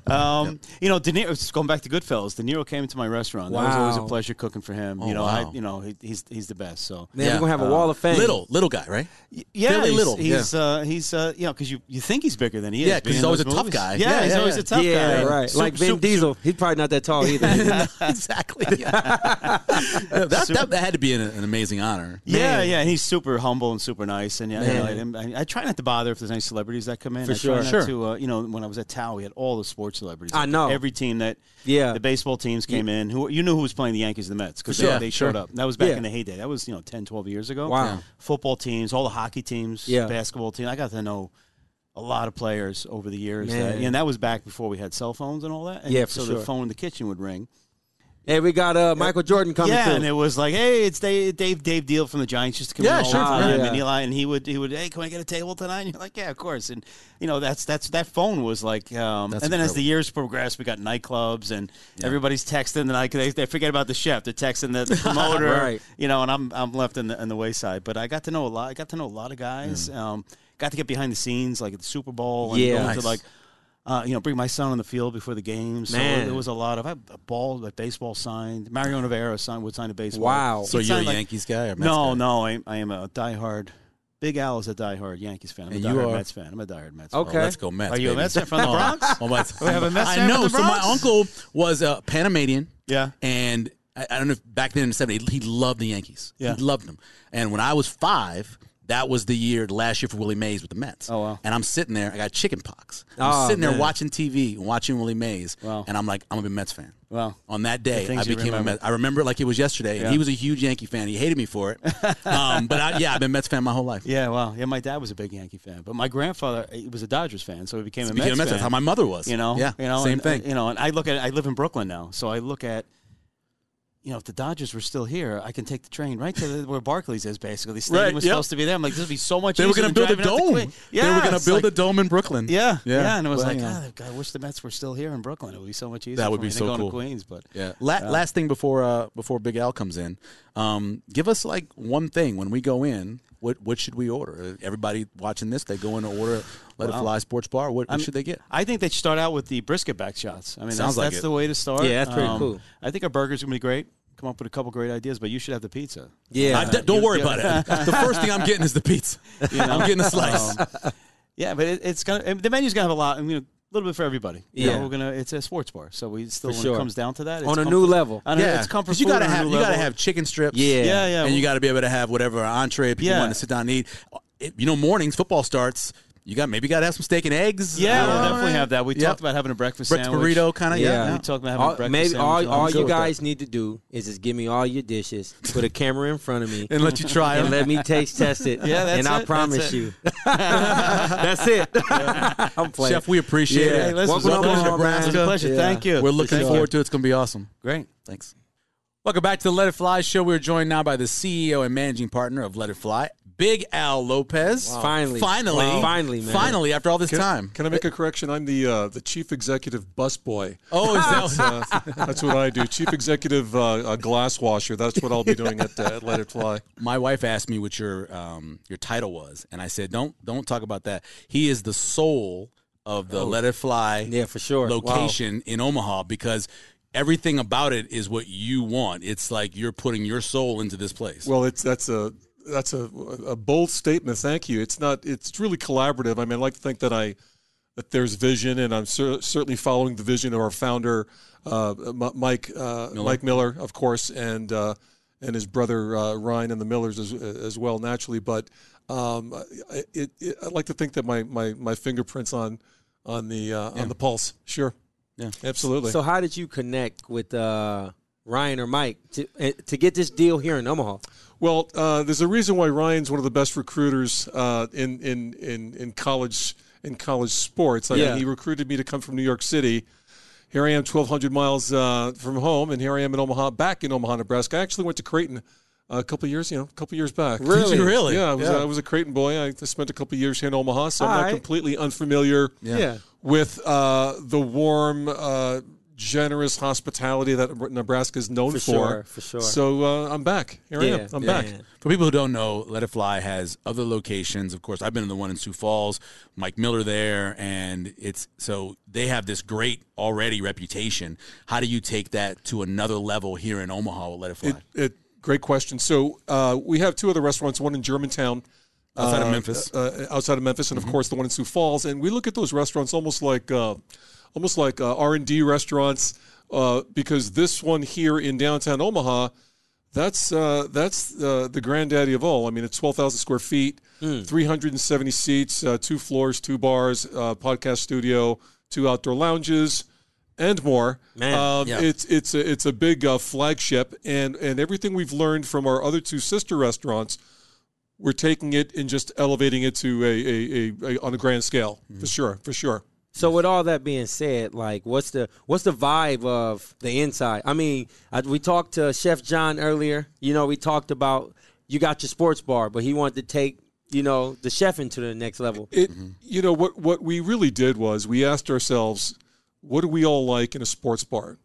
D: um, you know De Niro, just going back to Goodfellas, De Niro came to my restaurant. That was always
C: Wow.
D: a pleasure cooking for him. you know,
B: Oh, wow.
D: I, you know, he, he's he's the best. So
C: Man,
B: Yeah.
C: we're gonna have a wall of fame.
B: Little, little guy, right?
D: yeah,
B: Fairly
D: he's,
B: little,
D: He's uh, he's uh, you know, because you, you think he's bigger than he is.
B: Yeah, 'cause
D: being
B: he's
D: in
B: always
D: those
B: a tough
D: movies.
B: guy.
D: Yeah,
B: Yeah,
D: he's
B: yeah,
D: always
B: yeah.
D: a tough guy.
C: yeah, right.
D: Super-
C: like Vin
D: super-
C: Diesel, he's probably not that tall either.
B: exactly. Yeah. Yeah, that, that, that had to be an, an amazing honor.
D: Yeah,
C: Man.
D: yeah, and he's super humble and super nice, and yeah, you
C: Man.
D: know, I, I try not to bother if there's any celebrities that come in.
C: For
D: I try
C: sure.
D: not
B: Sure.
D: To, uh, you know, when I was at Tao, we had all the sports celebrities.
C: I know.
D: every team that.
C: Yeah.
D: the baseball teams came in. Who you knew who was playing the Yankees and the Mets because
B: For sure.
D: they, they showed
B: Sure.
D: up. That was back
C: Yeah.
D: in the heyday. That was you know 10, 12 years ago.
C: Wow. Yeah.
D: football teams, all the hockey teams,
C: Yeah.
D: basketball team. I got to know. A lot of players over the years, that,
C: Man.
D: and that was back before we had cell phones and all that. And
C: Yeah, for
D: so
C: sure.
D: the phone in the kitchen would ring,
C: Hey, we got uh, Michael Jordan coming
D: yeah,
C: through.
D: and it was like, hey, it's Dave, Dave, Dave Deal from the Giants just come
B: Yeah,
D: in all
B: sure.
D: the time,
C: Yeah.
D: and Eli, and he would, he would, hey, can I get a table tonight? And you're like, yeah, of course. And you know, that's that's that phone was like, um, and
B: That's
D: then as the
B: incredible.
D: years progressed, we got nightclubs, and everybody's texting, and like they, they forget about the chef, they're texting the, the promoter,
C: Right.
D: you know, and I'm I'm left in the in the wayside. But I got to know a lot. I got to know a lot of guys. Um, got to get behind the scenes, like at the Super Bowl, and
C: Mm. Yeah.
D: going
B: Nice.
D: to like. Uh, you know, bring my son on the field before the game. So
C: Man.
D: there was a lot of I had a ball, a baseball signed. Mario Navarro signed would sign a baseball.
C: Wow.
B: So
D: He'd
B: you're a
D: sign, like-
B: Yankees guy or Mets
D: no,
B: guy?
D: no, I, I am a diehard. Big Al is a diehard Yankees fan. I'm
B: And
D: a
B: you
D: diehard
B: are-
D: Mets fan. I'm a diehard Mets
C: Okay.
D: fan.
B: Oh, Let's go Mets.
D: Are you a
B: baby.
D: Mets fan from the
B: Oh,
D: Bronx?
B: oh, Mets.
D: We have a Mets
B: I
D: fan from
B: know.
D: the
B: So my
D: Bronx?
B: uncle was a Panamanian.
D: Yeah.
B: And I, I don't know if back then in the 70s, he loved the Yankees.
D: Yeah.
B: He loved them. And when I was five, that was the year, the last year for Willie Mays with the Mets.
D: Oh, wow.
B: And I'm sitting there, I got chicken pox. I'm
C: Oh,
B: sitting
C: man.
B: there watching TV and watching Willie Mays.
D: Wow.
B: And I'm like, I'm going to be a Mets fan.
D: Wow.
B: On that
D: The
B: day,
D: things
B: I
D: you
B: became a
D: remember.
B: Mets. I remember it like it was yesterday. And
D: Yeah.
B: he was a huge Yankee fan. He hated me for it. um, but I, yeah, I've been a Mets fan my whole life.
D: Yeah, wow. Yeah, my dad was a big Yankee fan, but my grandfather he was a Dodgers fan, so he became a
B: Became
D: Mets
B: a Mets fan.
D: fan.
B: That's how my mother was.
D: you know,
B: Yeah.
D: you know,
B: same
D: and,
B: thing.
D: uh, You know, and I look at I live in Brooklyn now, so I look at. You know, if the Dodgers were still here, I can take the train right to the, where Barclays is. Basically, the stadium
B: Right,
D: was
B: yep.
D: supposed to be there. I'm like, this would be so much.
B: They were
D: easier
B: going to
D: than
B: build a
D: driving out to
B: dome.
D: Queens. Yeah,
B: they were going
D: it's
B: to build
D: like-
B: a dome in Brooklyn.
D: Yeah, yeah, and it was
B: Well,
D: like,
B: you know.
D: God, I wish the Mets were still here in Brooklyn. It would be so much easier.
B: That would
D: for
B: be
D: me than
B: so
D: going
B: cool.
D: to Queens, but
B: Yeah. La- Last thing before uh, before Big Al comes in, um, give us like one thing when we go in. What what should we order? Uh, Everybody watching this, they go in to order Let It Fly Sports Bar. What, what should they get?
D: I think they should start out with the brisket back shots. I mean,
B: Sounds
D: that's,
B: like
D: that's
B: it.
D: the way to start. Um,
C: Yeah, that's pretty cool.
D: I think our burgers are gonna be great. Come up with a couple great ideas, but you should have the pizza.
C: yeah,
B: I- d- don't worry
D: yeah.
B: about it. The first thing I'm getting is the pizza. I'm getting a slice.
D: Um, Yeah, but it, it's gonna and the menu's gonna have a lot. I'm gonna little bit for everybody. You
C: Yeah.
D: know, we're gonna. It's a sports bar, so we still
C: For
D: when
C: sure.
D: it comes down to that, it's
C: On a
D: comfort-
C: new level.
D: on a-
B: Yeah,
D: it's comfort.
B: 'cause you gotta
D: food on a
B: have
D: new
B: you gotta
D: level.
B: have chicken strips.
C: Yeah.
D: Yeah, yeah.
B: and you got to be able to have whatever entree people
D: Yeah.
B: want to sit down and eat. It- you know, mornings football starts. You got maybe got to have some steak and eggs.
D: Yeah,
B: You know,
D: we'll definitely
B: right?
D: have that. We
B: Yep.
D: talked about having a breakfast,
B: breakfast
D: sandwich.
B: burrito kind of. Yeah,
C: Yeah.
D: We talked about having a
C: All,
D: breakfast
C: maybe all,
D: sandwich. I'm
C: all
D: good
C: you
D: with that.
C: guys need to do is just give me all your dishes, put a camera in front of me,
B: and let you try
C: and
B: it.
C: let me taste test it.
D: Yeah, that's
C: and I
D: it,
C: promise
D: that's it.
C: you, that's it. I'm playing.
B: Chef, we appreciate
C: Yeah.
B: it.
C: Hey,
D: Welcome
B: Welcome
D: to
B: to
D: Omaha, man. It's a
B: Nebraska.
D: pleasure. Thank you.
B: We're looking
D: For sure.
B: forward to it. It's going to be awesome.
D: Great.
B: Thanks. Welcome back to the Let It Fly show. We're joined now by the CEO and managing partner of Let It Fly, Big Al Lopez.
C: Finally.
B: Finally.
C: Wow. Finally, man.
B: Finally, after all this time.
A: Can I make a correction? I'm the uh, the chief executive busboy.
B: Oh, is that
A: Uh, that's what I do. Chief executive uh, uh, glass washer. That's what I'll be doing at, uh, at Let It Fly.
B: my wife asked me what your um, your title was, and I said, "Don't don't talk about that." He is the soul of the Let It Fly
C: Oh. yeah, for sure.
B: location in Omaha because everything about it is what you want. It's like you're putting your soul into this place.
A: Well, it's that's a that's a, a bold statement. Thank you. It's not. It's really collaborative. I mean, I like to think that I that there's vision, and I'm cer- certainly following the vision of our founder, uh, M- Mike uh, Mike Miller, of course, and uh, and his brother uh, Ryan and the Millers as, as well, naturally. But um, I- it, it, I like to think that my my, my fingerprints on on the uh, on the pulse. Sure.
B: Yeah.
A: Absolutely.
C: So how did you connect with uh, Ryan or Mike to eh, to get this deal here in Omaha?
A: Well, uh, there's a reason why Ryan's one of the best recruiters uh, in, in in in college in college sports. I
C: Yeah.
A: mean, he recruited me to come from New York City. Here I am, 1,200 miles uh, from home, and here I am in Omaha, back in Omaha, Nebraska. I actually went to Creighton uh, a couple of years, you know, a couple of years back.
B: Did you really?
A: Yeah, I was, I was a Creighton boy. I spent a couple of years here in Omaha, so I'm
C: All
A: not
C: right.
A: completely unfamiliar
C: Yeah.
A: with uh, the warm, uh, generous hospitality that Nebraska is known for.
C: sure, for sure.
A: So uh, I'm back. Here I
C: Yeah,
A: am. I'm
C: yeah.
A: back.
B: For people who don't know, Let It Fly has other locations. Of course, I've been in the one in Sioux Falls, Mike Miller there, and it's so they have this great already reputation. How do you take that to another level here in Omaha with Let It Fly?
A: It, great question. So uh, we have two other restaurants, one in Germantown.
B: Outside of
A: uh,
B: Memphis. Mm-hmm.
A: uh, outside of Memphis, and of course the one in Sioux Falls, and we look at those restaurants almost like, uh, almost like uh, R and D restaurants, uh, because this one here in downtown Omaha, that's uh, that's uh, the granddaddy of all. I mean, it's twelve thousand square feet,
B: Hmm.
A: three hundred and seventy seats, uh, two floors, two bars, uh, podcast studio, two outdoor lounges, and more.
C: Man,
A: um,
B: yeah.
A: it's it's a, it's a big uh, flagship, and and everything we've learned from our other two sister restaurants, we're taking it and just elevating it to a, a, a, a on a grand scale
B: Mm-hmm.
A: for sure, for sure.
C: So with all that being said, like what's the what's the vibe of the inside? I mean, I, we talked to Chef John earlier. You know, we talked about you got your sports bar, but he wanted to take you know the chef into the next level.
A: It,
B: Mm-hmm.
A: you know, what what we really did was we asked ourselves, what do we all like in a sports bar?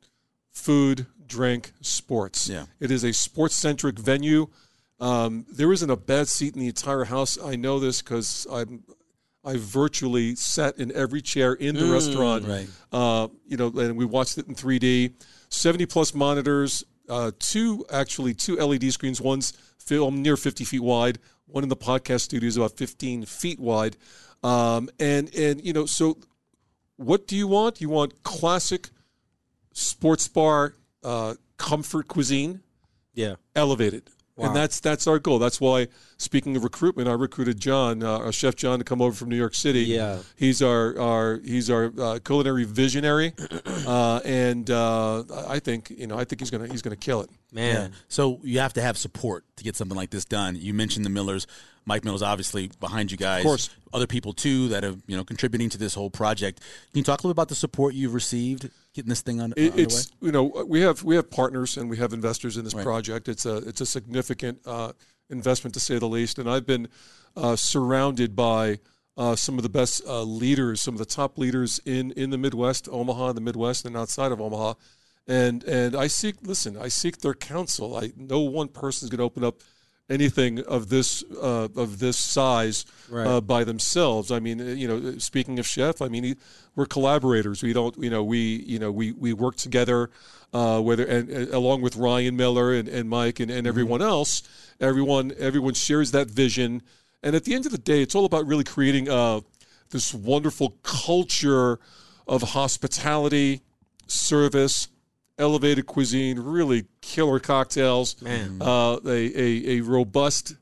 A: Food, drink, sports.
B: Yeah.
A: it is a sports centric venue. Um, there isn't a bad seat in the entire house. I know this because I'm. I virtually sat in every chair in the restaurant.
B: right.
A: Uh, you know, and we watched it in 3D. 70 plus monitors, uh, two actually two LED screens. One's film near 50 feet wide. One in the podcast studio is about 15 feet wide. Um, and and you know, so what do you want? You want classic sports bar uh, comfort cuisine
C: Yeah,
A: elevated.
C: Wow.
A: And that's that's our goal. That's why, speaking of recruitment, I recruited John, uh, our chef John, to come over from New York City.
C: Yeah.
A: he's our our he's our uh, culinary visionary, uh, and uh, I think you know I think he's gonna he's gonna kill it.
C: man.
B: So you have to have support to get something like this done. You mentioned the Millers, Mike Miller's obviously behind you guys. Of
A: course.
B: other people too that have you know contributing to this whole project. Can you talk a little bit about the support you've received getting this thing on
A: It-
B: underway?
A: it's you know we have we have partners and we have investors in this project. It's a it's a significant uh, investment to say the least. And I've been uh, surrounded by uh, some of the best uh, leaders, some of the top leaders in in the Midwest, Omaha, the Midwest, and outside of Omaha. And and I seek listen, I seek their counsel. I no one person's going to open up anything of this uh, of this size uh, by themselves. I mean, uh, you know, speaking of chef, I mean, he- we're collaborators. We don't, you know, we you know we we work together. Uh, whether and, and along with Ryan Miller and, and Mike and, and everyone else, everyone everyone shares that vision. And at the end of the day, it's all about really creating uh, this wonderful culture of hospitality, service, elevated cuisine, really killer cocktails,
C: Man.
A: Uh, a, a, a robust,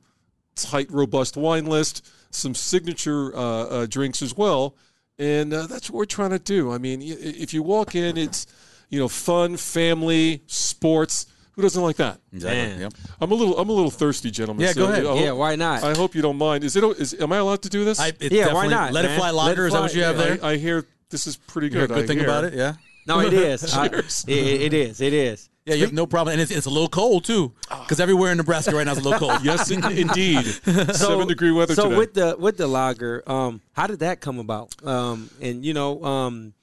A: tight, robust wine list, some signature uh, uh, drinks as well. And uh, that's what we're trying to do. I mean, i- if you walk in, it's, you know, fun, family, sports. Who doesn't like that?
B: Exactly.
C: Man.
B: Yep.
A: I'm a little, I'm a little thirsty, gentlemen.
B: Yeah, go ahead.
A: I
C: Yeah,
A: hope-
C: why not?
A: I hope you don't mind. Is it? Is am I allowed to do this?
B: I,
A: I,
B: it's
C: Yeah, why
B: definitely-
C: not,
B: Let
C: man?
B: it fly
C: Let
B: lager.
C: it
B: is that
C: fly-
B: what you have
C: yeah.
B: there?
A: I hear this is pretty
B: You heard
A: good.
B: a
A: I
B: good thing
A: hear.
B: about it. Yeah.
C: No, it is. I-
A: Cheers.
C: it- it- it is. It is.
B: Yeah, you have no problem. And it's, it's a little cold, too,
A: Ah.
B: because everywhere in Nebraska right now is a little cold.
A: Yes, in, indeed. Seven degree weather
C: So
A: today.
C: with the with the lager, um, how did that come about? Um, and you know, um,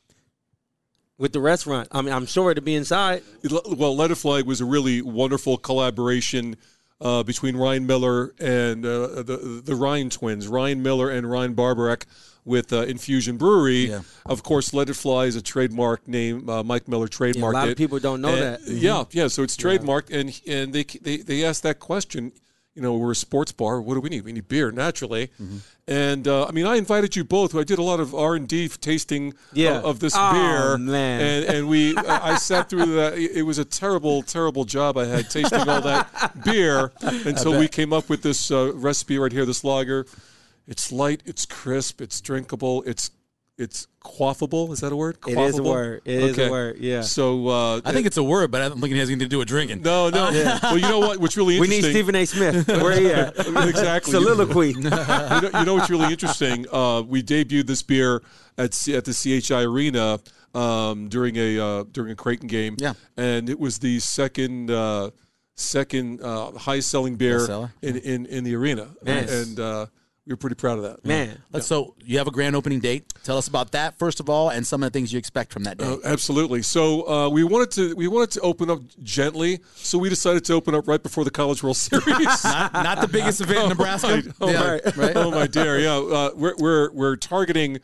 C: with the restaurant, I mean, I'm sure to be inside.
A: well, Let It Fly was a really wonderful collaboration uh, between Ryan Miller and uh, the the Ryan twins, Ryan Miller and Ryan Barbarek with uh, Infusion Brewery.
B: Yeah.
A: Of course, Let It Fly is a trademark name. Uh, Mike Miller trademarked
C: a lot
A: it.
C: of people don't know
A: And-
C: that. Mm-hmm.
A: Yeah, yeah. So it's trademarked, and and they they they asked that question. You know, we're a sports bar. What do we need? We need beer, naturally.
C: Mm-hmm.
A: And uh, I mean, I invited you both. I did a lot of R and D tasting
C: Yeah.
A: of, of this
C: Oh,
A: beer,
C: man.
A: and and we I I sat through that. It it was a terrible, terrible job I had tasting all that beer until we came up with this uh, recipe right here. This lager. It's light. It's crisp. It's drinkable. It's it's quaffable. Is that a word?
C: It is a
A: Quaffable?
C: word. It is a
A: Okay.
C: word, yeah.
A: So uh,
B: I think it's a word, but I don't think it has anything to do with drinking.
A: no, no. Well, you know what? What's really
C: We
A: interesting.
C: need Stephen A. Smith. Where he at?
A: exactly.
C: Soliloquy.
A: you, know, you know what's really interesting? Uh, we debuted this beer at C- at the CHI Arena um, during a uh, during a Creighton game.
B: Yeah.
A: and it was the second. Uh, Second uh, highest selling beer
B: Best seller.
A: in, in, in the arena,
C: Nice.
A: and uh, we were pretty proud of that.
C: Man,
B: Let's- So you have a grand opening date. Tell us about that first of all, and some of the things you expect from that day.
A: Uh, absolutely. So uh, we wanted to we wanted to open up gently, so we decided to open up right before the College World Series.
B: Not the biggest event in Nebraska.
A: Oh,
B: Yeah,
A: my,
B: right.
A: oh my dear. Yeah, uh, we're, we're we're targeting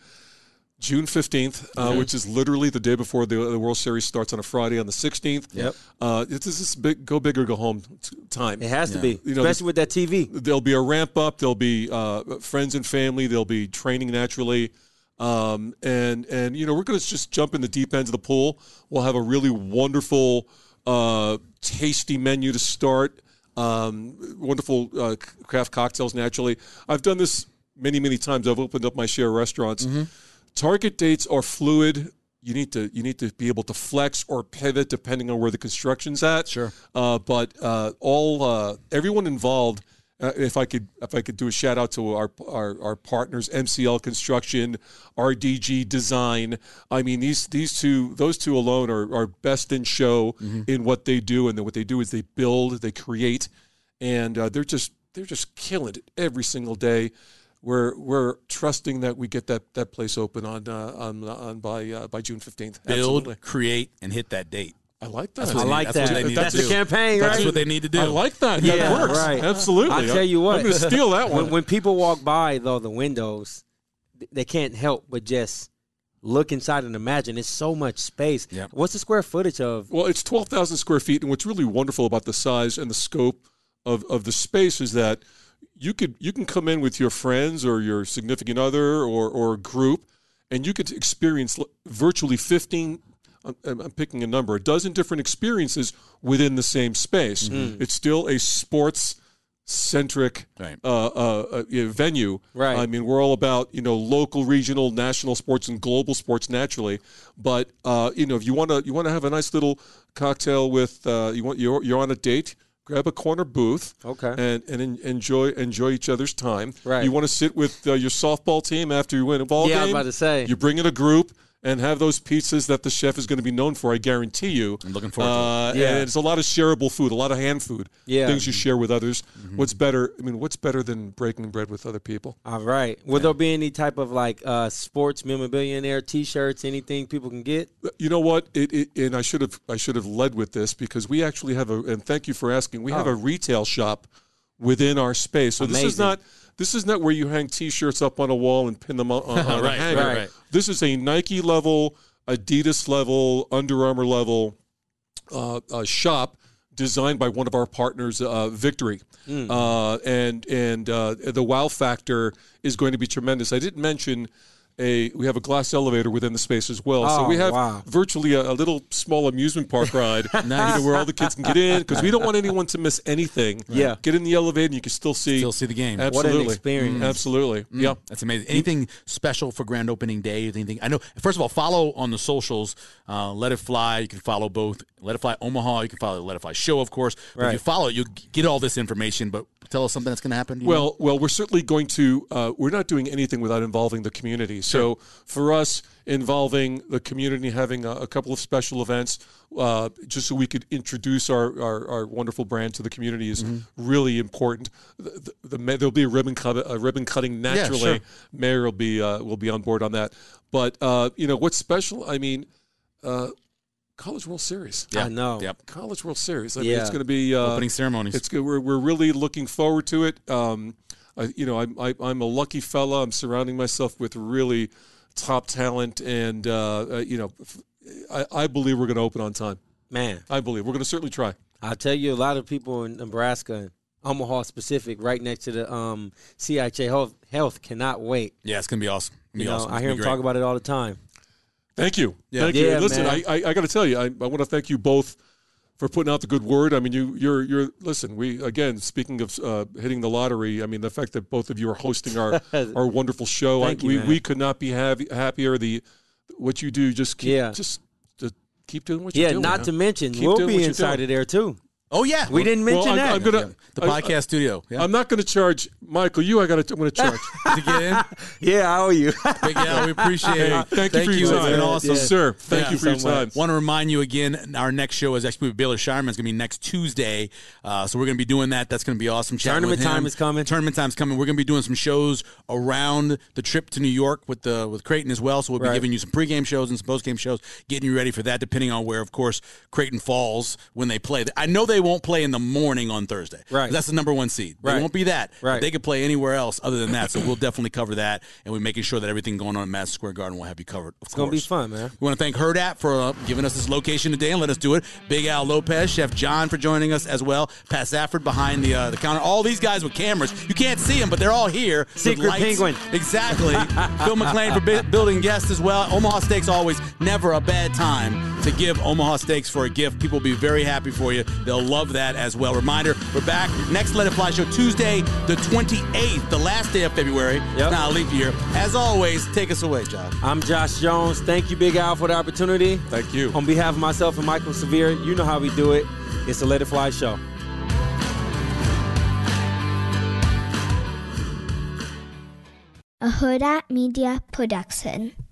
A: June fifteenth, uh, which is literally the day before the, the World Series starts on a Friday on the sixteenth.
B: Yep.
A: Uh, this is this big go big or go home t- time.
C: it has to be,
A: You know,
C: especially with that TV.
A: There'll be a ramp up. There'll be uh, friends and family. There'll be training naturally. Um, and and you know we're going to just jump in the deep end of the pool. We'll have a really wonderful, uh, tasty menu to start. Um, wonderful uh, c- craft cocktails naturally. I've done this many many times. I've opened up my share of restaurants. Target dates are fluid. You need to you need to be able to flex or pivot depending on where the construction's at. Sure. Uh, but uh, all uh, everyone involved. Uh, if I could if I could do a shout out to our our, our partners MCL Construction, RDG Design. I mean these these two those two alone are, are best in show in what they do and then what they do is they build they create and uh, they're just they're just killing it every single day. We're we're trusting that we get that, that place open on uh, on on by uh, by June fifteenth.
B: Build, create, and hit that date.
A: I like that.
B: what
C: I
B: they
C: like
B: that's what
C: that.
B: they need
C: That's
B: to
C: the
B: do.
C: campaign,
B: That's
C: right?
B: what they need to do.
A: I like that.
C: Yeah,
A: that works.
C: right.
A: Absolutely.
C: I tell you what.
A: I'm going to steal that one.
C: When, when people walk by though the windows, th- they can't help but just look inside and imagine. It's so much space.
B: Yep.
C: What's the square footage of?
A: Well, it's 12,000 square feet. And what's really wonderful about the size and the scope of, of the space is that you could you can come in with your friends or your significant other or, or a group, and you could experience l- virtually 15, I'm, I'm I'm picking a number, a dozen different experiences within the same space. It's still a sports centric
B: Right.
A: uh, uh, uh, you know, venue.
C: Right.
A: I mean, we're all about you know local, regional, national sports, and global sports naturally. But uh, you know, if you want to, you want to have a nice little cocktail with uh, you want you're, you're on a date. Grab a corner booth,
C: Okay.
A: and and en- enjoy enjoy each other's time.
C: Right.
A: You want to sit with uh, your softball team after you win a ball
C: Yeah, I
A: game.
C: was about to say.
A: you bring in a group and have those pizzas that the chef is going to be known for. I guarantee you. I'm
B: looking forward to it.
A: uh,
C: Yeah.
A: And it's a lot of shareable food, a lot of hand food.
C: Yeah.
A: Things you share with others.
B: Mm-hmm.
A: What's better? I mean, what's better than breaking bread with other people?
C: All right. Will there be any type of like uh, sports memorabilia in there, T-shirts, anything people can get?
A: You know what? It, it and I should have I should have led with this because we actually have a and thank you for asking. We have a retail shop within our space. So this is
C: Amazing.
A: not this is not where you hang T-shirts up on a wall and pin them on, on, on
B: Right,
A: a hanger.
B: right, right.
A: This is a Nike level, Adidas level, Under Armour level. uh, uh, shop designed by one of our partners, uh, Victory, uh, and and uh, the wow factor is going to be tremendous. I didn't mention a we have a glass elevator within the space as well. so
C: Oh,
A: we have
C: wow.
A: virtually a, a little small amusement park ride you know, where all the kids can get in because we don't want anyone to miss anything.
C: Yeah.
A: get in the elevator and you can still see
B: Still see the game. What an
A: Absolutely,
C: experience.
A: Absolutely, yeah.
B: That's amazing. Anything special for grand opening day? Anything? I know. First of all, follow on the socials. Uh, Let it fly. You can follow both. Let it fly Omaha. You can follow Let it fly show, of course. But if you
C: Right.
B: follow, you get all this information. But tell us something that's going to happen. you know?
A: Well, well, we're certainly going to. Uh, we're not doing anything without involving the community. So for us, involving the community, having a, a couple of special events, uh, just so we could introduce our, our, our wonderful brand to the community is
B: Mm-hmm.
A: really important. The, the, the ma- there'll be a ribbon cut, a ribbon cutting naturally.
B: sure.
A: Mayor will be uh, will be on board on that. But uh, you know what's special? I mean, uh, College World Series.
C: I know.
B: Yep.
A: College World Series. I mean,
C: Yeah.
A: it's going to be uh,
B: Opening ceremonies.
A: it's good. We're, we're really looking forward to it. Um, I, you know, I'm, I, I'm a lucky fella. I'm surrounding myself with really top talent, and uh, uh, you know, f- I, I believe we're going to open on time.
C: Man,
A: I believe we're going to certainly try.
C: I tell you, a lot of people in Nebraska, and Omaha specific, right next to the um, CHA Health, Health, cannot wait.
B: yeah, it's going to be awesome. It's gonna
C: You
B: be
C: know,
B: awesome.
C: I hear them talk about it all the time.
A: Thank you. Thank you.
C: Yeah,
A: And listen,
C: man.
A: I, I, I got to tell you, I, I want to thank you both for putting out the good word. I mean, you, you're, you're. Listen, we again speaking of uh, hitting the lottery. I mean, the fact that both of you are hosting our our wonderful show.
C: Thank
A: I,
C: you,
A: we
C: man.
A: we could not be have, happier. The what you do, just keep,
C: Yeah.
A: just, just keep doing what
C: Yeah,
A: you're doing.
C: not
A: huh?
C: to mention,
A: Keep
C: we'll
A: doing what
C: be
A: you're
C: inside
A: doing.
C: of there too.
B: Oh yeah,
C: We didn't
A: Well,
C: mention
A: I'm,
C: that.
A: I'm gonna.
B: the
A: I-
B: podcast studio.
A: I,
B: Yeah,
A: am not going to charge Michael. You, I got to. I'm going to charge.
B: to get in.
C: yeah, I owe you.
B: Big Al, we appreciate
A: Hey,
B: it.
A: thank, you for your
B: It's
A: time.
B: been awesome.
A: sir. Thank
B: Yeah.
A: you for your
C: So much.
A: time.
B: Want to remind you again, our next show is actually with Baylor Shireman. It's going to be next Tuesday. Uh, so we're going to be doing that. That's going to be awesome. Chatting
C: Tournament
B: with him.
C: time is coming.
B: Tournament time's coming. We're going to be doing some shows around the trip to New York with the with Creighton as well. So we'll be
C: Right.
B: giving you some pregame shows and some postgame shows, getting you ready for that, depending on where, of course, Creighton falls when they play. I know they won't play in the morning on Thursday.
C: Right.
B: That's the number one seed. They
C: Right.
B: won't be that. But
C: Right.
B: They could play anywhere else other than that. So we'll definitely cover that. And we're making sure that everything going on at Madison Square Garden will have you covered, of
C: It's gonna be
B: course.
C: fun, man.
B: We want to thank Herd App for uh, giving us this location today and let us do it. Big Al Lopez, Chef John for joining us as well. Pat Safford behind the uh, the counter. All these guys with cameras. You can't see them, but they're all here. with
C: Secret
B: lights.
C: penguin.
B: Exactly. Phil McClain for bu- building guests as well. Omaha Steaks always never a bad time to give Omaha Steaks for a gift. People will be very happy for you. They'll love that as well. Reminder, we're back next Let It Fly show Tuesday, the 28th, the last day of February. It's
C: Yep.
B: not a leap year. As always, take us away, John.
C: I'm Josh Jones. Thank you, Big Al, for the opportunity.
A: Thank you.
C: On behalf of myself and Michael Severe, you know how we do it. It's the Let It Fly show.
E: a Huda Media production.